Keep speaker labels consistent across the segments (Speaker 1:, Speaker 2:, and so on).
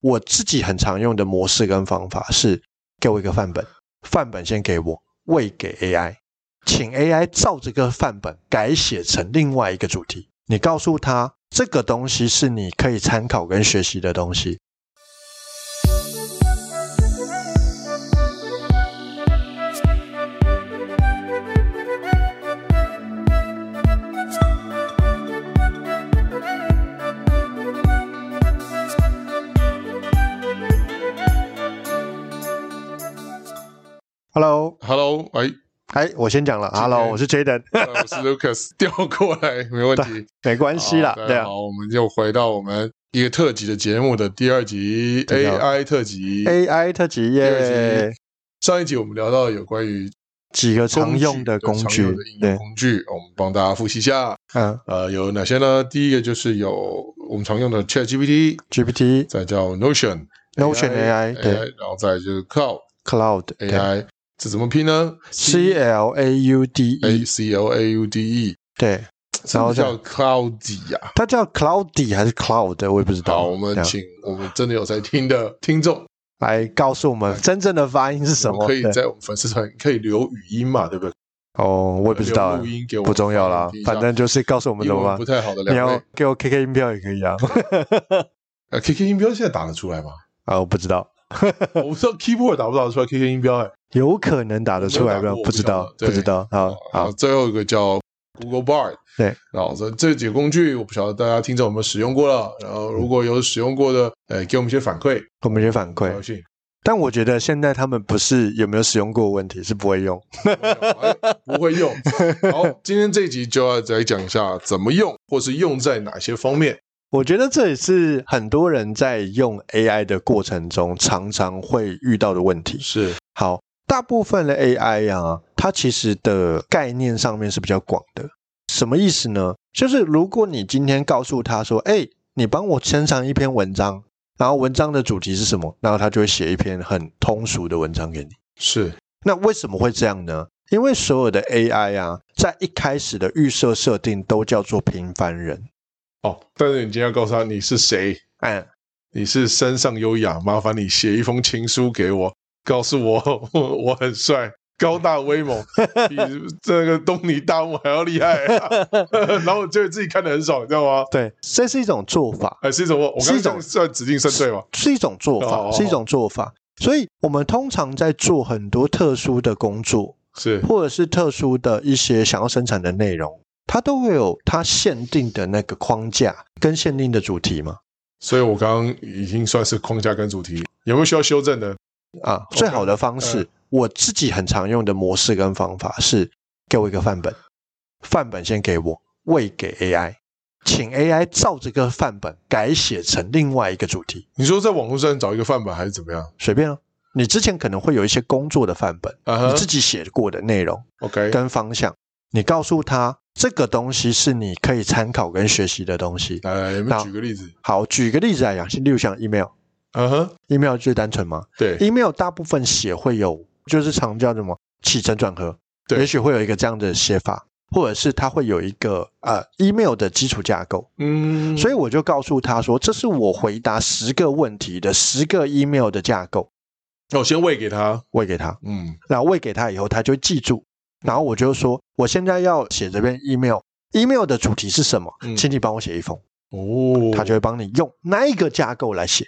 Speaker 1: 我自己很常用的模式跟方法是，给我一个范本，范本先给我，喂给 AI，请 AI 照这个范本改写成另外一个主题。你告诉他这个东西是你可以参考跟学习的东西。Hello，
Speaker 2: Hello，哎，
Speaker 1: 哎，我先讲了
Speaker 2: 今天
Speaker 1: ，Hello，我是 Jaden，
Speaker 2: 呃我是 Lucas，调 过来没问题，
Speaker 1: 没关系啦，
Speaker 2: 好大
Speaker 1: 对
Speaker 2: 家
Speaker 1: 啊
Speaker 2: 好，我们又回到我们一个特辑的节目的第二集
Speaker 1: 对的
Speaker 2: AI 特辑。
Speaker 1: ，AI 特辑
Speaker 2: 第二
Speaker 1: 耶
Speaker 2: 集，上一集我们聊到有关于
Speaker 1: 几个
Speaker 2: 工
Speaker 1: 常
Speaker 2: 具
Speaker 1: 用的
Speaker 2: 对
Speaker 1: 工
Speaker 2: 常
Speaker 1: 具
Speaker 2: 用的应，用
Speaker 1: 对，
Speaker 2: 工具，我们帮大家复习一下。
Speaker 1: 嗯
Speaker 2: 呃，有哪些呢？第一个就是有我们常用的 ChatGPT，
Speaker 1: ，GPT、
Speaker 2: 再叫 Notion、
Speaker 1: Notion AI，对
Speaker 2: AI，然后再就是 Cloud
Speaker 1: Cloud，对
Speaker 2: AI，这怎么拼呢
Speaker 1: C L A U D
Speaker 2: A
Speaker 1: E，
Speaker 2: C L A U D E，
Speaker 1: 对，然
Speaker 2: 然
Speaker 1: 后
Speaker 2: 后
Speaker 1: 再
Speaker 2: 叫 Cloudy 呀、
Speaker 1: 它叫 Cloudy 还是 Cloud，我也不知道。
Speaker 2: 好，我们
Speaker 1: 对啊
Speaker 2: 请我们真的有在听的听众，
Speaker 1: 来告诉我们真正的发音是什么？
Speaker 2: 我们可以
Speaker 1: 对
Speaker 2: 在我们粉丝团可以留语音嘛，对不对？
Speaker 1: 哦，我也不知道
Speaker 2: 留，录音给我们
Speaker 1: 不重要啦
Speaker 2: 听一，下
Speaker 1: 反正就是告诉我们
Speaker 2: 英
Speaker 1: 怎么
Speaker 2: 文
Speaker 1: 办
Speaker 2: 不。太好的
Speaker 1: 你
Speaker 2: 两
Speaker 1: 要
Speaker 2: 位，
Speaker 1: 给我 KK 音标也可以啊。
Speaker 2: 呃，KK 音标现在打得出 来吗？
Speaker 1: 啊，我不知道，
Speaker 2: 我不知道 keyboard 打不打得出来 KK 音标哎。
Speaker 1: 有可能打得出来
Speaker 2: 没有打
Speaker 1: 吗
Speaker 2: 过？
Speaker 1: 不知道
Speaker 2: 我不，晓得
Speaker 1: 不知道。好
Speaker 2: 然
Speaker 1: 好
Speaker 2: 后，最后一个叫 Google Bard，
Speaker 1: 对，
Speaker 2: 然后这这几个工具我不晓得大家听众有没有使用过了，然后如果有使用过的，呃，给我们一些反馈，
Speaker 1: 我们也反馈
Speaker 2: 高。兴。
Speaker 1: 但我觉得现在他们不是有没有使用过的问题，是不会用。
Speaker 2: 哎不会用。好，今天这一集就要来讲一下怎么用，或是用在哪些方面。
Speaker 1: 我觉得这也是很多人在用 AI 的过程中常常会遇到的问题。
Speaker 2: 是，
Speaker 1: 好，大部分的 AI 啊，它其实的概念上面是比较广的。什么意思呢？就是如果你今天告诉他说：“哎，你帮我生成一篇文章，然后文章的主题是什么？”然后他就会写一篇很通俗的文章给你。
Speaker 2: 是，
Speaker 1: 那为什么会这样呢？因为所有的 AI 啊，在一开始的预设设定都叫做平凡人。
Speaker 2: 哦，但是你今天要告诉他你是谁，
Speaker 1: 哎，
Speaker 2: 你是山上优雅，麻烦你写一封情书给我，告诉我 我很帅。高大威 猛，比这个东尼大木还要厉害、啊 然后我就自己看得很爽，你知道吗？
Speaker 1: 对，这是一种做法，
Speaker 2: 还是一种我
Speaker 1: 是
Speaker 2: 刚
Speaker 1: 一种
Speaker 2: 刚算指定算对吗？
Speaker 1: 是一种做法，
Speaker 2: 哦
Speaker 1: 是一种做法。所以，我们通常在做很多特殊的工作，
Speaker 2: 是
Speaker 1: 或者是特殊的一些想要生产的内容，它都会有它限定的那个框架跟限定的主题嘛。
Speaker 2: 所以我刚刚已经算是框架跟主题，有没有需要修正的？
Speaker 1: 啊，
Speaker 2: OK，
Speaker 1: 最好的方式
Speaker 2: 嗯，
Speaker 1: 我自己很常用的模式跟方法是，给我一个范本，范本先给我，喂给 AI，请 AI 照这个范本改写成另外一个主题，
Speaker 2: 你说在网络上找一个范本还是怎么样？
Speaker 1: 随便哦。你之前可能会有一些工作的范本，
Speaker 2: 啊
Speaker 1: 你
Speaker 2: 哈
Speaker 1: 自己写过的内容
Speaker 2: ，OK，
Speaker 1: 跟方向，你告诉他这个东西是你可以参考跟学习的东西。
Speaker 2: 来来，你们
Speaker 1: 那
Speaker 2: 举个例子。
Speaker 1: 好，举个例子来讲，是例如像 email。
Speaker 2: 嗯哼，
Speaker 1: email 最单纯嘛
Speaker 2: 对，
Speaker 1: ，email 大部分写会有，就是常叫什么起承转合，
Speaker 2: 对
Speaker 1: 也许会有一个这样的写法，或者是它会有一个呃 email 的基础架构，
Speaker 2: 嗯，
Speaker 1: 所以我就告诉他说，这是我回答十个问题的十个 email 的架构，
Speaker 2: 那哦我先喂给他，
Speaker 1: 喂给他，
Speaker 2: 嗯，
Speaker 1: 然后喂给他以后，他就会记住，然后我就说，我现在要写这篇 email。email 的主题是什么？
Speaker 2: 嗯
Speaker 1: 请你帮我写一封，
Speaker 2: 哦，
Speaker 1: 他就会帮你用那一个架构来写。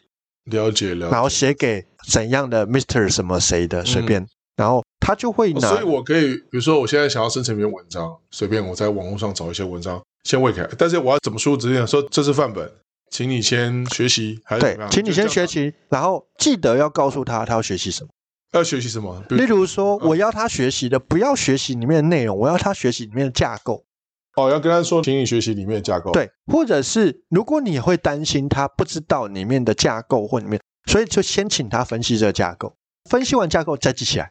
Speaker 2: 了解了解，
Speaker 1: 然后写给怎样的 Mister 什么谁的，随便，然后他就会
Speaker 2: 嗯哦
Speaker 1: 拿
Speaker 2: 所以，我可以，比如说我现在想要生成一篇文章，随便我在网络上找一些文章，先喂给他，但是我要怎么输入指令？说这是范本，请你先学习，还是怎
Speaker 1: 对
Speaker 2: 么，样？
Speaker 1: 请你
Speaker 2: 就
Speaker 1: 先
Speaker 2: 这
Speaker 1: 学
Speaker 2: 样吧，
Speaker 1: 习，然后记得要告诉他他要学习什么。
Speaker 2: 要学习什么？比
Speaker 1: 例
Speaker 2: 如
Speaker 1: 如说，
Speaker 2: 嗯
Speaker 1: 我要他学习的不要学习里面的内容，我要他学习里面的架构，
Speaker 2: 哦，要跟他说，请你学习里面的架构，，
Speaker 1: 对，或者是如果你会担心他不知道里面的架构或里面，所以就先请他分析这个架构，分析完架构再记起来。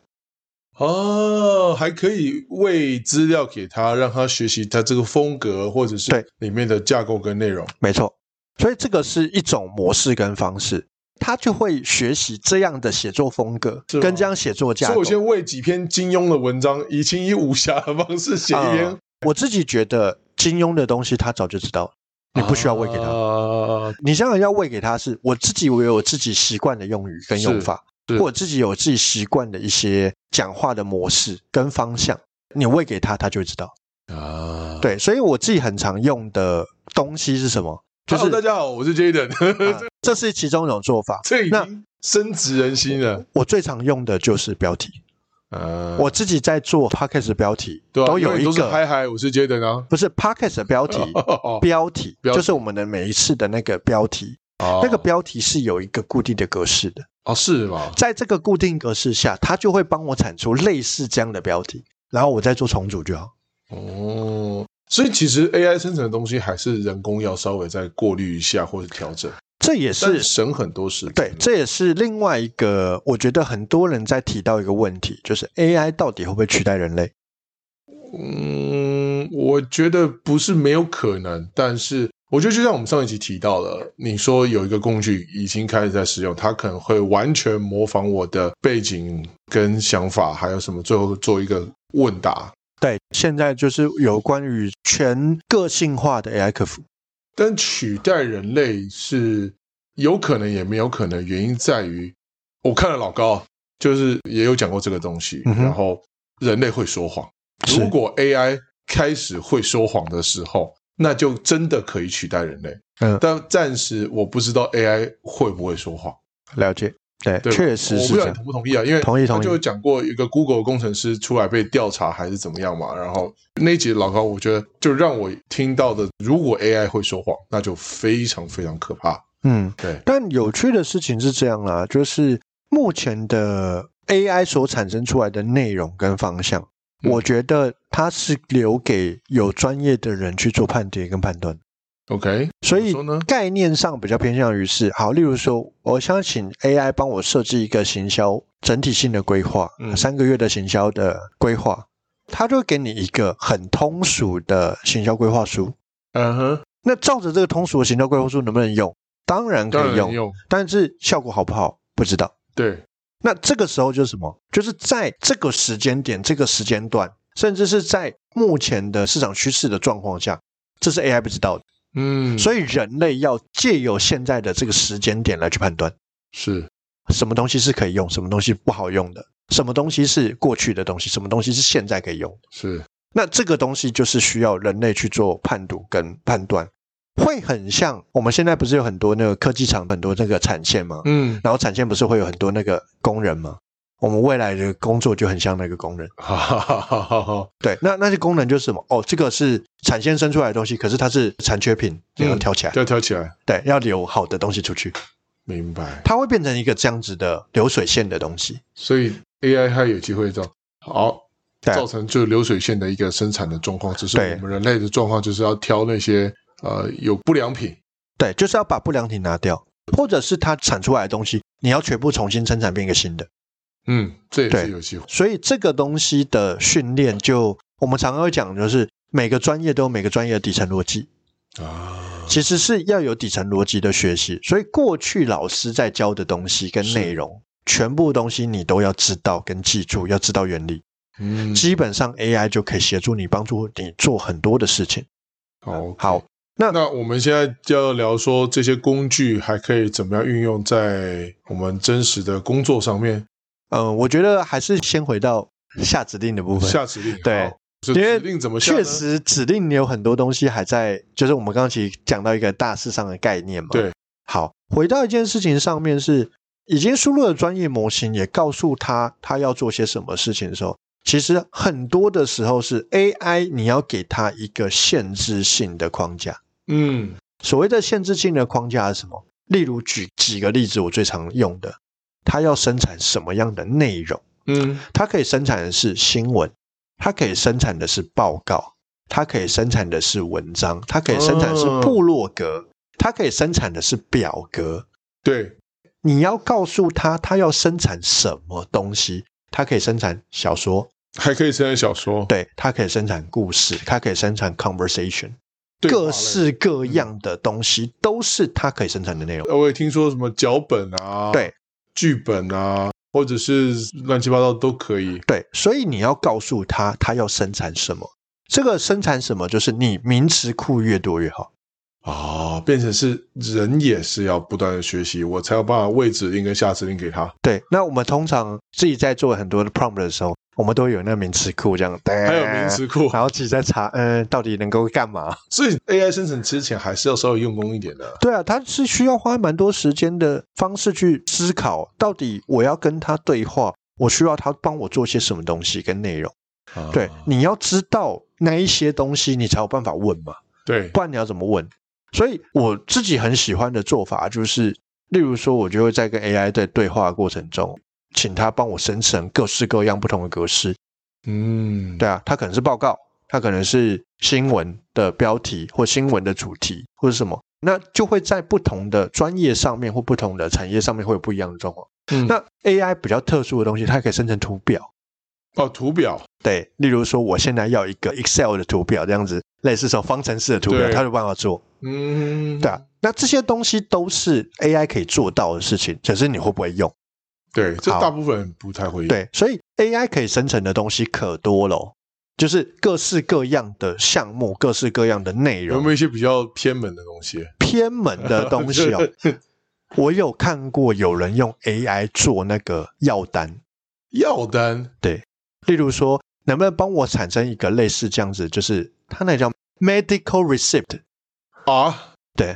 Speaker 2: 哦，还可以喂资料给他，让他学习他这个风格或者
Speaker 1: 对
Speaker 2: 是里面的架构跟内容。
Speaker 1: 没错，所以这个是一种模式跟方式。他就会学习这样的写作风格，
Speaker 2: 是吗哦
Speaker 1: 跟这样写作架
Speaker 2: 所以
Speaker 1: 构
Speaker 2: 我。先为几篇金庸的文章，以
Speaker 1: 呃啊
Speaker 2: 情以武侠的方式写一篇。
Speaker 1: 嗯我自己觉得金庸的东西他早就知道了，你不需要喂给他。
Speaker 2: 啊
Speaker 1: 你想想要喂给他是，我自己我有我自己习惯的用语跟用法，
Speaker 2: 是是
Speaker 1: 或者自己有自己习惯的一些讲话的模式跟方向，你喂给他，他就会知道。
Speaker 2: 啊，
Speaker 1: 对，所以我自己很常用的东西是什么？就是
Speaker 2: Hello，大家好，我是 Jaden，
Speaker 1: 啊这是其中一种做法。
Speaker 2: 这已
Speaker 1: 那
Speaker 2: 经深植人心了。
Speaker 1: 我最常用的就是标题，
Speaker 2: 啊，
Speaker 1: 我自己在做 podcast 的标题
Speaker 2: 对啊
Speaker 1: 都有
Speaker 2: 因为
Speaker 1: 一
Speaker 2: 你都是
Speaker 1: 个，
Speaker 2: 嗨嗨，我是 Jaden 啊。
Speaker 1: 不是 podcast 的标题，
Speaker 2: 哦
Speaker 1: 标题
Speaker 2: 标题
Speaker 1: 就是我们的每一次的那个标题，
Speaker 2: 哦
Speaker 1: 那个标题是有一个固定的格式的。
Speaker 2: 哦是吗？
Speaker 1: 在这个固定格式下，它就会帮我产出类似这样的标题，然后我再做重组就好。
Speaker 2: 哦，所以其实 AI 生成的东西还是人工要稍微再过滤一下或者调整，
Speaker 1: 这也
Speaker 2: 但
Speaker 1: 是
Speaker 2: 省很多时间。
Speaker 1: 对，这也是另外一个我觉得很多人在提到一个问题，就是 AI 到底会不会取代人类？
Speaker 2: 嗯，我觉得不是没有可能，但是我觉得就像我们上一集提到的，你说有一个工具已经开始在使用，它可能会完全模仿我的背景跟想法，还有什么，最后做一个问答。
Speaker 1: 对，现在就是有关于全个性化的 AI 客服。
Speaker 2: 但取代人类是有可能，也没有可能，原因在于我看了老高，就是也有讲过这个东西，
Speaker 1: 嗯哼
Speaker 2: 然后人类会说谎。
Speaker 1: 是
Speaker 2: 如果 AI 开始会说谎的时候，那就真的可以取代人类。
Speaker 1: 嗯
Speaker 2: 但暂时我不知道 AI 会不会说谎。
Speaker 1: 了解，对，
Speaker 2: 对吧，
Speaker 1: 确实
Speaker 2: 我
Speaker 1: 是
Speaker 2: 不
Speaker 1: 这
Speaker 2: 知
Speaker 1: 样
Speaker 2: 道你同。不同意啊？因为
Speaker 1: 同意同意
Speaker 2: 他就有讲过一个 Google 工程师出来被调查还是怎么样嘛，然后那一集老高，我觉得就让我听到的，如果 AI 会说谎，那就非常非常可怕。
Speaker 1: 嗯，
Speaker 2: 对
Speaker 1: 但有趣的事情是这样啦、就是目前的 AI 所产生出来的内容跟方向，
Speaker 2: 嗯
Speaker 1: 我觉得它是留给有专业的人去做判别跟判断。
Speaker 2: OK，
Speaker 1: 所以
Speaker 2: 怎么说呢
Speaker 1: 概念上比较偏向于是好，例如说，我想请 AI 帮我设计一个行销整体性的规划，
Speaker 2: 嗯
Speaker 1: 三个月的行销的规划，它就会给你一个很通俗的行销规划书。
Speaker 2: 嗯哼，
Speaker 1: 那照着这个通俗的行销规划书能不能用？当然可
Speaker 2: 当
Speaker 1: 以
Speaker 2: 然
Speaker 1: 用，
Speaker 2: 用，
Speaker 1: 但是效果好不好不知道。
Speaker 2: 对，
Speaker 1: 那这个时候就是什么？就是在这个时间点、这个时间段，甚至是在目前的市场趋势的状况下，这是 AI 不知道的。
Speaker 2: 嗯，
Speaker 1: 所以人类要借由现在的这个时间点来去判断，
Speaker 2: 是
Speaker 1: 什么东西是可以用，什么东西不好用的，什么东西是过去的东西，什么东西是现在可以用的。
Speaker 2: 是，
Speaker 1: 那这个东西就是需要人类去做判读跟判断，会很像我们现在不是有很多那个科技厂很多那个产线吗？
Speaker 2: 嗯，
Speaker 1: 然后产线不是会有很多那个工人吗？我们未来的工作就很像那个工人，
Speaker 2: 哈哈哈哈哈，
Speaker 1: 对，那那些工人就是什么？哦，这个是产线生出来的东西，可是它是残缺品，你要
Speaker 2: 嗯
Speaker 1: 挑起来，
Speaker 2: 要挑起来，
Speaker 1: 对，要留好的东西出去，
Speaker 2: 明白。
Speaker 1: 它会变成一个这样子的流水线的东西。
Speaker 2: 所以 AI 它有机会这样，好。
Speaker 1: 对
Speaker 2: 造成就流水线的一个生产的状况，只是
Speaker 1: 对
Speaker 2: 我们人类的状况就是要挑那些呃有不良品，
Speaker 1: 对，就是要把不良品拿掉，或者是它产出来的东西，你要全部重新生产变一个新的。
Speaker 2: 嗯，这也
Speaker 1: 对
Speaker 2: 是有机会。
Speaker 1: 所以这个东西的训练就，我们常常会讲，就是每个专业都有每个专业的底层逻辑，
Speaker 2: 啊，
Speaker 1: 其实是要有底层逻辑的学习。所以过去老师在教的东西跟
Speaker 2: 是
Speaker 1: 内容，全部东西你都要知道跟记住，要知道原理。
Speaker 2: 嗯，
Speaker 1: 基本上 AI 就可以协助你，帮助你做很多的事情。
Speaker 2: 好，
Speaker 1: 好，
Speaker 2: 那我们现在就要聊说这些工具还可以怎么样运用在我们真实的工作上面，
Speaker 1: 嗯，我觉得还是先回到下指令的部分。
Speaker 2: 下指令。
Speaker 1: 对
Speaker 2: 好，这
Speaker 1: 因为
Speaker 2: 指令怎么下呢
Speaker 1: 确，实，指令你有很多东西还在，就是我们刚刚其实讲到一个大事上的概念嘛。
Speaker 2: 对。
Speaker 1: 好，回到一件事情上面是，已经输入了专业模型，也告诉他他要做些什么事情的时候，其实很多的时候是 AI，你要给他一个限制性的框架。
Speaker 2: 嗯，
Speaker 1: 所谓的限制性的框架是什么？例如举几个例子，我最常用的，它要生产什么样的内容？
Speaker 2: 嗯
Speaker 1: 它可以生产的是新闻，它可以生产的是报告，它可以生产的是文章，它可以生产的是
Speaker 2: 哦
Speaker 1: 部落格，它可以生产的是表格。
Speaker 2: 对，
Speaker 1: 你要告诉他，他要生产什么东西？它可以生产小说，
Speaker 2: 还可以生成小说，
Speaker 1: 对，它可以生产故事，它可以生产 conversation，
Speaker 2: 对话类嗯
Speaker 1: 各式各样的东西都是它可以生产的内容。
Speaker 2: 呃我也听说什么脚本啊，
Speaker 1: 对，
Speaker 2: 剧本啊，或者是乱七八糟都可以。
Speaker 1: 对，所以你要告诉他，他要生产什么。这个生产什么，就是你名词库越多越好。
Speaker 2: 哦，变成是人也是要不断的学习，我才有办法喂指令跟下指令给他。
Speaker 1: 对，那我们通常自己在做很多的 prompt 的时候，我们都有那个名词库这样，
Speaker 2: 还
Speaker 1: 还
Speaker 2: 有名词库，
Speaker 1: 然后自己在查，嗯，到底能够干嘛？
Speaker 2: 所以 AI 生成之前还是要稍微用功一点的。
Speaker 1: 对啊，它是需要花蛮多时间的方式去思考，到底我要跟他对话，我需要他帮我做些什么东西跟内容。
Speaker 2: 啊
Speaker 1: 对，你要知道那一些东西，你才有办法问嘛，
Speaker 2: 对，
Speaker 1: 不然你要怎么问？所以我自己很喜欢的做法就是，例如说，我就会在跟 AI 在对话的过程中，请他帮我生成各式各样不同的格式，
Speaker 2: 嗯，
Speaker 1: 对啊，它可能是报告，它可能是新闻的标题或新闻的主题或者什么，那就会在不同的专业上面或不同的产业上面会有不一样的状况。
Speaker 2: 嗯
Speaker 1: 那 AI 比较特殊的东西，它可以生成图表，
Speaker 2: 哦，图表，
Speaker 1: 对，例如说我现在要一个 Excel 的图表这样子，类似什么方程式的图表，
Speaker 2: 对
Speaker 1: 它有办法做，
Speaker 2: 嗯，
Speaker 1: 对啊。那这些东西都是 AI 可以做到的事情，只是你会不会用。
Speaker 2: 对，这
Speaker 1: 好
Speaker 2: 大部分人不太会用。
Speaker 1: 对，所以 AI 可以生成的东西可多了哦，就是各式各样的项目、各式各样的内
Speaker 2: 有
Speaker 1: 容
Speaker 2: 没、有一些比较偏门的东西？
Speaker 1: 偏门的东西 哦。
Speaker 2: 就是
Speaker 1: 我有看过有人用 AI 做那个药单，
Speaker 2: 药单
Speaker 1: 例如说，能不能帮我产生一个类似这样子，就是它那叫 medical receipt，
Speaker 2: 啊，
Speaker 1: 对，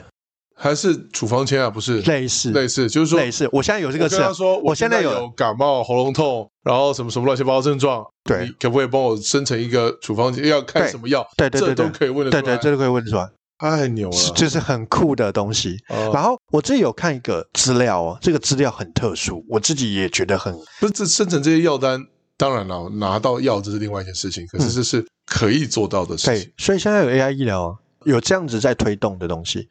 Speaker 2: 还是处方签啊？不是，
Speaker 1: 类似
Speaker 2: 类似，就是说
Speaker 1: 类似我现在有这个
Speaker 2: 我
Speaker 1: 词
Speaker 2: 跟
Speaker 1: 啊
Speaker 2: 他，说，
Speaker 1: 我现在有
Speaker 2: 有感冒、喉咙痛，然后什么什么乱七八糟症状，
Speaker 1: 对
Speaker 2: 你可不可以帮我生成一个处方要开
Speaker 1: 对
Speaker 2: 什么药？
Speaker 1: 对对对
Speaker 2: 这
Speaker 1: 对
Speaker 2: 都可以问得
Speaker 1: 对
Speaker 2: 出
Speaker 1: 对，
Speaker 2: 来，
Speaker 1: 这都可以问出来，
Speaker 2: 太牛了。啊
Speaker 1: 是就是很酷的东西。
Speaker 2: 哦
Speaker 1: 然后我自己有看一个资料哦，这个资料很特殊，我自己也觉得很
Speaker 2: 不是这生成这些药单，当然了，拿到药这是另外一件事情，可是这是可以做到的
Speaker 1: 嗯
Speaker 2: 事
Speaker 1: 对
Speaker 2: 情。，
Speaker 1: 所以现在有 AI 医疗啊，有这样子在推动的东西。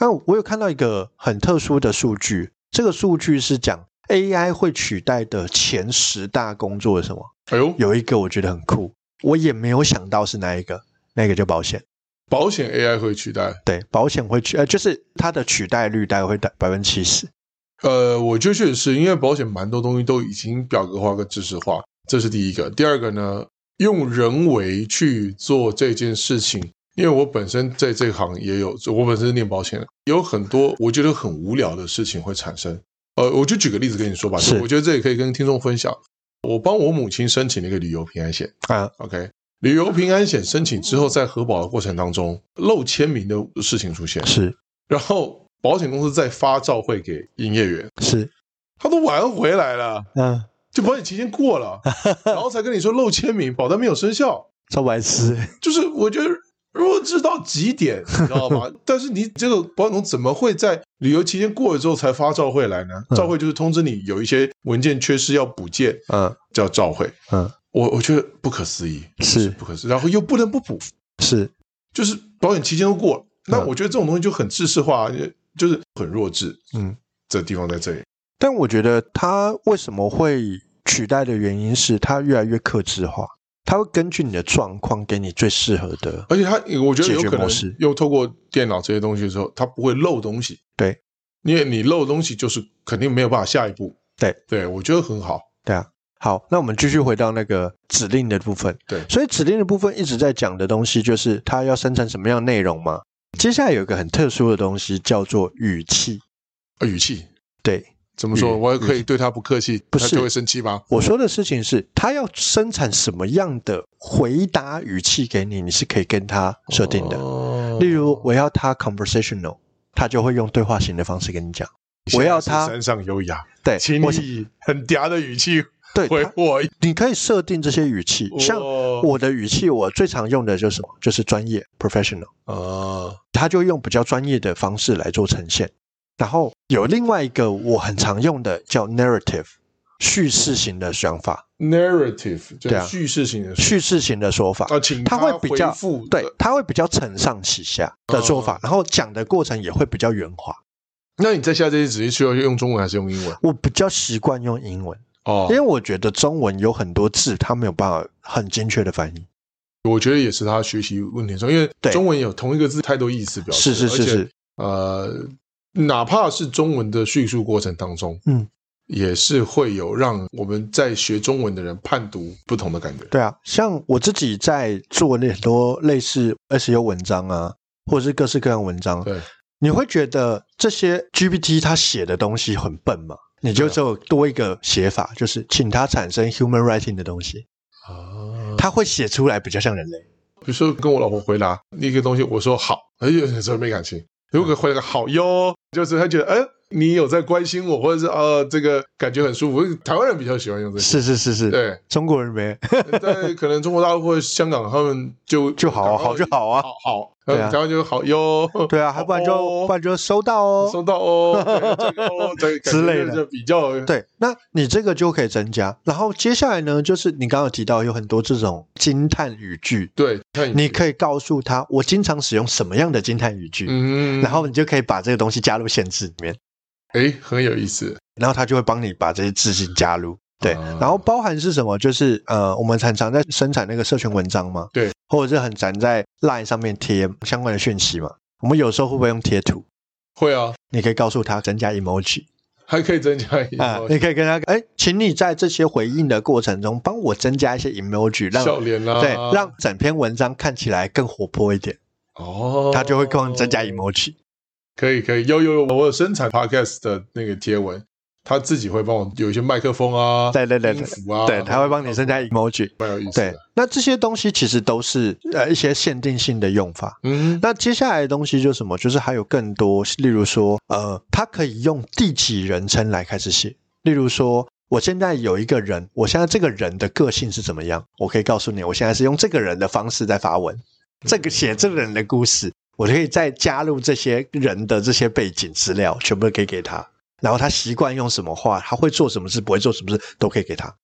Speaker 1: 那我有看到一个很特殊的数据，这个数据是讲 AI 会取代的前十大工作是什么？
Speaker 2: 哎呦，
Speaker 1: 有一个我觉得很酷，我也没有想到是哪一个，那个就保险。
Speaker 2: 保险 AI 会取代，
Speaker 1: 对，保险会取呃，就是它的取代率大概会百分之七十。
Speaker 2: 呃，我觉得确实是因为保险蛮多东西都已经表格化跟知识化，这是第一个。第二个呢，用人为去做这件事情，因为我本身在这行也有，我本身是念保险的，有很多我觉得很无聊的事情会产生。呃，我就举个例子跟你说吧，
Speaker 1: 是
Speaker 2: 我觉得这也可以跟听众分享。我帮我母亲申请了一个旅游平安险
Speaker 1: 啊
Speaker 2: ，OK，旅游平安险申请之后，在核保的过程当中漏签名的事情出现，
Speaker 1: 是
Speaker 2: 然后保险公司再发照会给营业员。
Speaker 1: 是，
Speaker 2: 他都晚回来了，
Speaker 1: 嗯，
Speaker 2: 就保险期限 过了，然后才跟你说漏签名，保单没有生效。
Speaker 1: 超白痴。
Speaker 2: 就是我觉得弱智到极点，你知 道吗？但是你这个保险公司怎么会在旅游期间过了之后才发照会来呢？
Speaker 1: 嗯
Speaker 2: 照会就是通知你有一些文件缺失要补件，
Speaker 1: 嗯
Speaker 2: 叫照会。
Speaker 1: 嗯，
Speaker 2: 我我觉得不可思议，
Speaker 1: 是
Speaker 2: 不可思议，然后又不能不补，
Speaker 1: 是
Speaker 2: 就是保险期间都过了。那
Speaker 1: 嗯
Speaker 2: 我觉得这种东西就很知识化，就是很弱智。
Speaker 1: 嗯，
Speaker 2: 这地方在这里。
Speaker 1: 但我觉得它为什么会取代的原因是，它越来越克制化，它会根据你的状况给你最适合的。
Speaker 2: 而且它，我觉得有
Speaker 1: 解决
Speaker 2: 可能
Speaker 1: 模式
Speaker 2: 又透过电脑这些东西的时候，它不会漏东西。
Speaker 1: 对，
Speaker 2: 因为你漏东西就是肯定没有办法下一步。
Speaker 1: 对，
Speaker 2: 对我觉得很好。
Speaker 1: 对啊，好，那我们继续回到那个指令的部分。
Speaker 2: 对
Speaker 1: 所以指令的部分一直在讲的东西就是它要生成什么样的内容嘛。接下来有一个很特殊的东西叫做语气。
Speaker 2: 呃，语气
Speaker 1: 对
Speaker 2: 怎么说？
Speaker 1: 语
Speaker 2: 我也可以对他不客气，
Speaker 1: 不
Speaker 2: 他
Speaker 1: 是
Speaker 2: 就会生气吗？
Speaker 1: 我说的事情是，它要生产什么样的回答语气给你，你是可以跟它设定的。
Speaker 2: 哦
Speaker 1: 例如，我要它 conversational，它就会用对话型的方式跟你讲。我要
Speaker 2: 现在
Speaker 1: 它
Speaker 2: 是山上优雅，
Speaker 1: 对，
Speaker 2: 请
Speaker 1: 我想
Speaker 2: 你很嗲的语气
Speaker 1: 对
Speaker 2: 回哦
Speaker 1: 它
Speaker 2: 我。
Speaker 1: 你可以设定这些语气，像
Speaker 2: 我
Speaker 1: 我的语气，我最常用的就是什么？就是专业 （professional），
Speaker 2: 啊，
Speaker 1: 它就用比较专业的方式来做呈现。然后有另外一个我很常用的叫 narrative，叙事型的想法，
Speaker 2: narrative 就
Speaker 1: 对
Speaker 2: 是
Speaker 1: 啊
Speaker 2: 叙事型的说
Speaker 1: 叙事型的说法，
Speaker 2: 啊，请
Speaker 1: 它会比较
Speaker 2: 回复
Speaker 1: 对，它会比较承上启下的做
Speaker 2: 哦
Speaker 1: 法，然后讲的过程也会比较圆滑。
Speaker 2: 那你在下这些指令需要用中文还是用英文？
Speaker 1: 我比较习惯用英文，
Speaker 2: 哦
Speaker 1: 因为我觉得中文有很多字它没有办法很精确的翻译。
Speaker 2: 我觉得也是他学习问题中，因为
Speaker 1: 对
Speaker 2: 中文有同一个字太多意思表示，
Speaker 1: 是是是
Speaker 2: 而且
Speaker 1: 是，
Speaker 2: 呃，哪怕是中文的叙述过程当中，
Speaker 1: 嗯，
Speaker 2: 也是会有让我们在学中文的人判读不同的感觉。
Speaker 1: 对啊，像我自己在做那很多类似 SEO 文章啊，或者是各式各样文章，
Speaker 2: 对，
Speaker 1: 你会觉得这些 GPT 它写的东西很笨吗？你就只有多一个写法，就是请它产生 human writing 的东西，
Speaker 2: 啊，
Speaker 1: 它会写出来比较像人类。
Speaker 2: 比如说跟我老婆回答一个东西，我说好，哎呦，有时候没感情。如果回了个好哟，就是他觉得，哎、你有在关心我，或者是呃，这个感觉很舒服。台湾人比较喜欢用这些，
Speaker 1: 是是是是，
Speaker 2: 对。
Speaker 1: 中国人没
Speaker 2: 在可能中国大陆或者香港，他们就
Speaker 1: 就好啊，好就好啊，
Speaker 2: 好好，
Speaker 1: 对啊
Speaker 2: 台湾就好哟，
Speaker 1: 对啊，还不然就
Speaker 2: 哦
Speaker 1: 不然就收到哦，
Speaker 2: 收到哦，对这个哦 对
Speaker 1: 之类的
Speaker 2: 感觉就比较
Speaker 1: 对，那你这个就可以增加。然后接下来呢，就是你刚刚有提到有很多这种惊叹语句，
Speaker 2: 对，看
Speaker 1: 你可以告诉他我经常使用什么样的惊叹语句，
Speaker 2: 嗯，
Speaker 1: 然后你就可以把这个东西加入限制里面，
Speaker 2: 哎，很有意思，
Speaker 1: 然后他就会帮你把这些字性加入。对，
Speaker 2: 啊
Speaker 1: 然后包含是什么？就是呃，我们常常在生产那个社群文章嘛，
Speaker 2: 对，
Speaker 1: 或者是很常在 LINE 上面贴相关的讯息嘛。我们有时候会不会用贴图？
Speaker 2: 会啊，
Speaker 1: 你可以告诉他增加 emoji，
Speaker 2: 还可以增加一
Speaker 1: 啊，
Speaker 2: 个
Speaker 1: 你可以跟他哎，请你在这些回应的过程中，帮我增加一些 emoji，让
Speaker 2: 笑脸啊啦，
Speaker 1: 对让整篇文章看起来更活泼一点，
Speaker 2: 哦，
Speaker 1: 他就会更增加 emoji。
Speaker 2: 可以可以，有有有，我有生产 podcast 的那个贴文，他自己会帮我有一些麦克风啊，
Speaker 1: 对对对对
Speaker 2: 音符啊，
Speaker 1: 对，他会帮你增加 emoji。
Speaker 2: 蛮有意思
Speaker 1: 对
Speaker 2: 的，，
Speaker 1: 那这些东西其实都是呃一些限定性的用法。
Speaker 2: 嗯，
Speaker 1: 那接下来的东西就是什么？就是还有更多，例如说，呃，它可以用第几人称来开始写。例如说，我现在有一个人，我现在这个人的个性是怎么样？我可以告诉你，我现在是用这个人的方式在发文，这个写这个人的故事，我可以再加入这些人的这些背景资料，全部都可以给他。然后他习惯用什么话，他会做什么事，不会做什么事，都可以给他。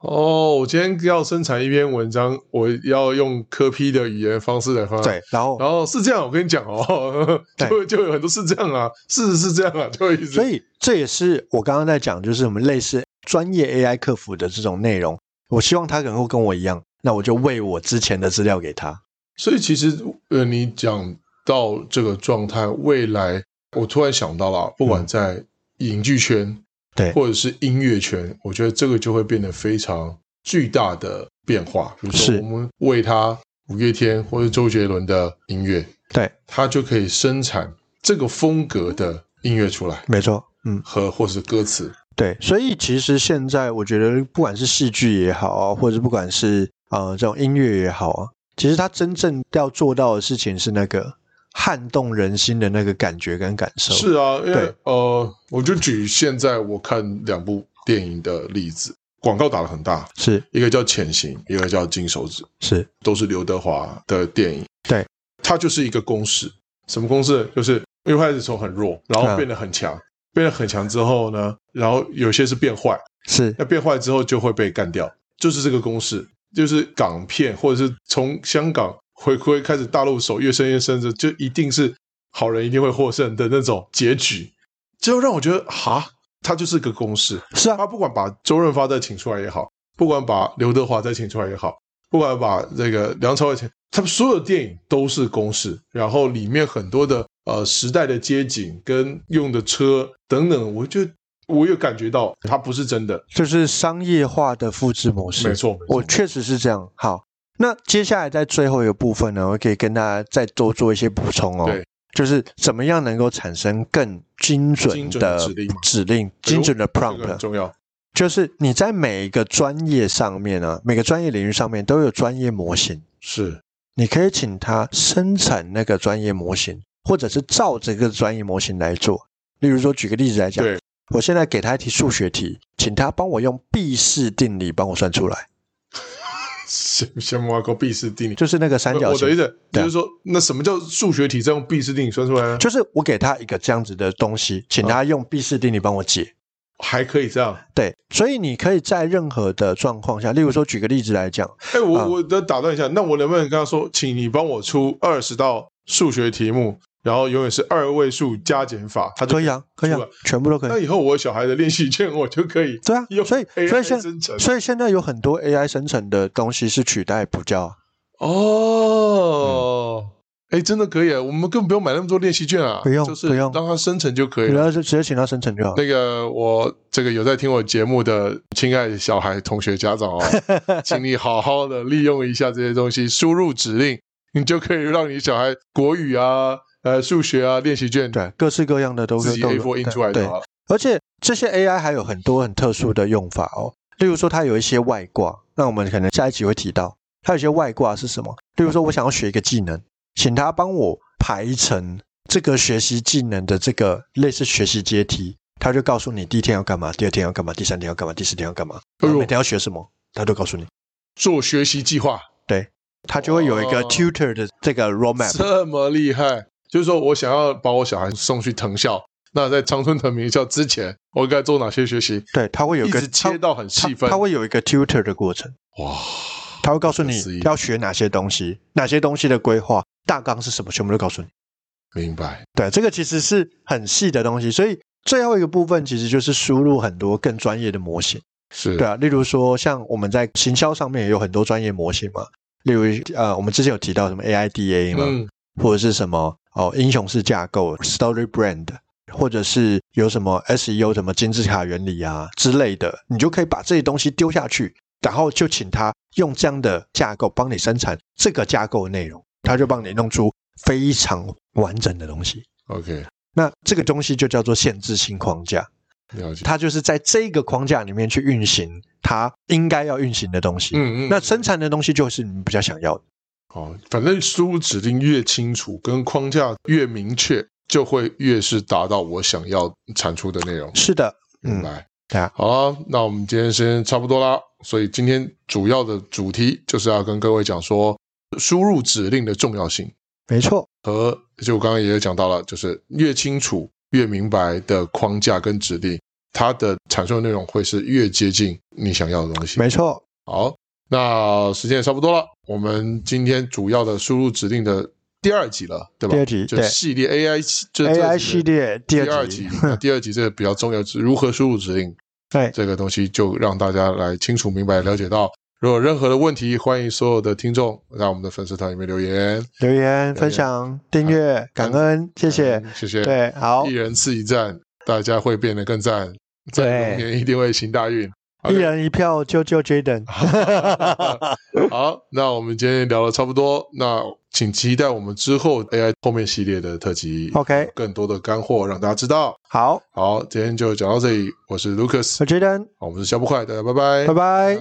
Speaker 2: 哦，我今天要生产一篇文章，我要用科批的语言方式来发。，
Speaker 1: 对，然后
Speaker 2: 然后是这样，我跟你讲哦，
Speaker 1: 对
Speaker 2: 就就有很多是这样啊，事实是这样啊，就会一直
Speaker 1: 所以这也是我刚刚在讲，就是我们类似专业 AI 客服的这种内容。我希望他能够跟我一样，那我就喂我之前的资料给他。
Speaker 2: 所以其实呃，你讲到这个状态，未来我突然想到了，不管在影剧圈，
Speaker 1: 嗯对
Speaker 2: 或者是音乐圈，我觉得这个就会变得非常巨大的变化。比如说，
Speaker 1: 是
Speaker 2: 我们为他五月天或者周杰伦的音乐，
Speaker 1: 对，
Speaker 2: 他就可以生产这个风格的音乐出来，
Speaker 1: 没错，嗯，
Speaker 2: 和或是歌词。
Speaker 1: 对。所以其实现在我觉得，不管是戏剧也好啊，或者是不管是呃这种音乐也好啊，其实他真正要做到的事情是那个撼动人心的那个感觉跟感受。
Speaker 2: 是啊，因为
Speaker 1: 对
Speaker 2: 呃，我就举现在我看两部电影的例子，广告打得很大，
Speaker 1: 是
Speaker 2: 一个叫《潜行》，一个叫《金手指》，
Speaker 1: 是，
Speaker 2: 都是刘德华的电影。
Speaker 1: 对，
Speaker 2: 它就是一个公式，什么公式？就是一开始从很弱，然后
Speaker 1: 嗯
Speaker 2: 变得很强，变得很强之后呢，然后有些是变坏，
Speaker 1: 是
Speaker 2: 那变坏之后就会被干掉，就是这个公式，就是港片或者是从香港回归开始大陆手越伸越深的，就一定是好人一定会获胜的那种结局，就让我觉得哈，它就是个公式。
Speaker 1: 是啊，
Speaker 2: 他不管把周润发再请出来也好，不管把刘德华再请出来也好，不管把这个梁朝伟请，他们所有的电影都是公式，然后里面很多的呃时代的街景跟用的车等等，我就我有感觉到它不是真的，
Speaker 1: 就是商业化的复制模式。
Speaker 2: 没错，没错
Speaker 1: 我确实是这样。好，那接下来在最后一个部分呢，我可以跟大家再多做一些补充哦。
Speaker 2: 对，
Speaker 1: 就是怎么样能够产生更精准
Speaker 2: 精准
Speaker 1: 的
Speaker 2: 的指令吗
Speaker 1: 指令、精准的
Speaker 2: 这个
Speaker 1: prompt，、
Speaker 2: 很重要。
Speaker 1: 就是你在每一个专业上面啊，每个专业领域上面都有专业模型，
Speaker 2: 是，
Speaker 1: 你可以请他生产那个专业模型，或者是照这个专业模型来做。例如说，举个例子来讲
Speaker 2: 对，
Speaker 1: 我现在给他一题数学题，请他帮我用毕氏定理帮我算出来，
Speaker 2: 先 先挖个毕氏定理。
Speaker 1: 就是那个三角
Speaker 2: 我
Speaker 1: 形
Speaker 2: 的意。思
Speaker 1: 对
Speaker 2: 就是说，那什么叫数学题？再用毕氏定理算出来呢，
Speaker 1: 就是我给他一个这样子的东西，请他用毕氏定理帮我解。
Speaker 2: 嗯还可以这样。
Speaker 1: 对，所以你可以在任何的状况下，例
Speaker 2: 嗯
Speaker 1: 如说举个例子来讲，
Speaker 2: 哎、我
Speaker 1: 啊
Speaker 2: 我得打断一下，那我能不能跟他说，请你帮我出二十道数学题目，然后永远是二位数加减法，他就
Speaker 1: 可以啊，可以啊
Speaker 2: 出来，
Speaker 1: 全部都可
Speaker 2: 那
Speaker 1: 以。
Speaker 2: 以后我小孩的练习卷，我就可以
Speaker 1: 对啊
Speaker 2: 用，
Speaker 1: 所以
Speaker 2: AI
Speaker 1: 所以现
Speaker 2: 生成
Speaker 1: 所以现在有很多 AI 生成的东西是取代补教啊，
Speaker 2: 哦。哎、真的可以啊！我们更不用买那么多练习卷啊，
Speaker 1: 嗯不用
Speaker 2: 就是
Speaker 1: 不用
Speaker 2: 让它生成就可以
Speaker 1: 你
Speaker 2: 了。
Speaker 1: 要是直接请他生成就好。
Speaker 2: 那个我这个有在听我节目的亲爱的 小孩同学家长哦，请你好好的利用一下这些东西，输入指令，你就可以让你小孩国语啊、呃数学啊练习卷
Speaker 1: 对，各式各样的都
Speaker 2: 自
Speaker 1: 是
Speaker 2: 己
Speaker 1: 都
Speaker 2: A4
Speaker 1: 有
Speaker 2: 印出来
Speaker 1: 对
Speaker 2: 的
Speaker 1: 对，
Speaker 2: 啊。
Speaker 1: 而且这些 AI 还有很多很特殊的用法哦，例如说它有一些外挂，那我们可能下一集会提到，它有一些外挂是什么？例如说我想要学一个技能，请它帮我排成这个学习技能的这个类似学习阶梯，它就告诉你第一天要干嘛，第二天要干嘛，第三天要干嘛，第四天要干嘛，
Speaker 2: 哎
Speaker 1: 然
Speaker 2: 呦
Speaker 1: 后每天要学什么，它都告诉你，
Speaker 2: 做学习计划
Speaker 1: 它就会有一个
Speaker 2: 哦
Speaker 1: tutor 的这个 roadmap，
Speaker 2: 这么厉害，就是说我想要把我小孩送去藤校，那在长春藤名校之前，我该做哪些学习？
Speaker 1: 对，它会有
Speaker 2: 一
Speaker 1: 一个
Speaker 2: 直切到很
Speaker 1: 它
Speaker 2: 细
Speaker 1: 它
Speaker 2: 分，
Speaker 1: 它会有一个 tutor 的过程。
Speaker 2: 哇，
Speaker 1: 他会告诉
Speaker 2: 不可
Speaker 1: 你
Speaker 2: 思议
Speaker 1: 要学哪些东西，哪些东西的规划大纲是什么，全部都告诉你。
Speaker 2: 明白，
Speaker 1: 对，这个其实是很细的东西，所以最后一个部分其实就是输入很多更专业的模型。
Speaker 2: 是
Speaker 1: 对啊，例如说像我们在行销上面也有很多专业模型嘛，例如呃，我们之前有提到什么 AIDA 嘛，
Speaker 2: 嗯，
Speaker 1: 或者是什么哦英雄式架构 （Story Brand），或者是有什么 SEO 什么金字塔原理啊之类的，你就可以把这些东西丢下去，然后就请他用这样的架构帮你生产这个架构的内容，他就帮你弄出非常完整的东西。
Speaker 2: OK，
Speaker 1: 那这个东西就叫做限制性框架，
Speaker 2: 了解，
Speaker 1: 它就是在这个框架里面去运行它应该要运行的东西。
Speaker 2: 嗯嗯，
Speaker 1: 那生产的东西就是你比较想要的。
Speaker 2: 哦，反正输入指令越清楚，跟框架越明确，就会越是达到我想要产出的内容。
Speaker 1: 是的，
Speaker 2: 明
Speaker 1: 嗯，
Speaker 2: 白。
Speaker 1: 对啊
Speaker 2: 好啊，那我们今天时间差不多啦，所以今天主要的主题就是要跟各位讲说输入指令的重要性，
Speaker 1: 没错，
Speaker 2: 和就我刚刚也讲到了，就是越清楚、越明白的框架跟指令，它的产出的内容会是越接近你想要的东西。
Speaker 1: 没错。
Speaker 2: 好，那时间也差不多了，我们今天主要的输入指令的第二集了，对吧？
Speaker 1: 第二集
Speaker 2: 就
Speaker 1: 对
Speaker 2: 系列 AI 就这
Speaker 1: AI
Speaker 2: 集
Speaker 1: 系
Speaker 2: 的
Speaker 1: 列第
Speaker 2: 第二
Speaker 1: 二
Speaker 2: 集
Speaker 1: 集，，
Speaker 2: 那第二集这个比较重要，是如何输入指令。
Speaker 1: 对，
Speaker 2: 这个东西就让大家来清楚明白了解到。如果有任何的问题，欢迎所有的听众在我们的粉丝团里面留言。
Speaker 1: 留言、
Speaker 2: 言
Speaker 1: 分享、订阅，感恩，谢谢。
Speaker 2: 嗯谢谢。，
Speaker 1: 对，好
Speaker 2: 一，人赐一赞，大家会变得更赞。在
Speaker 1: 对
Speaker 2: 龙年一定会行大运。
Speaker 1: 一人一票，救救 Jaden。
Speaker 2: 好，那我们今天聊的差不多，那请期待我们之后 AI 后面系列的特辑
Speaker 1: OK
Speaker 2: 更多的干货让大家知道。
Speaker 1: 好，
Speaker 2: 好，今天就讲到这里，我是 Lucas，
Speaker 1: 我 Jaden，
Speaker 2: 好我们是小不快，大家拜拜
Speaker 1: 拜拜。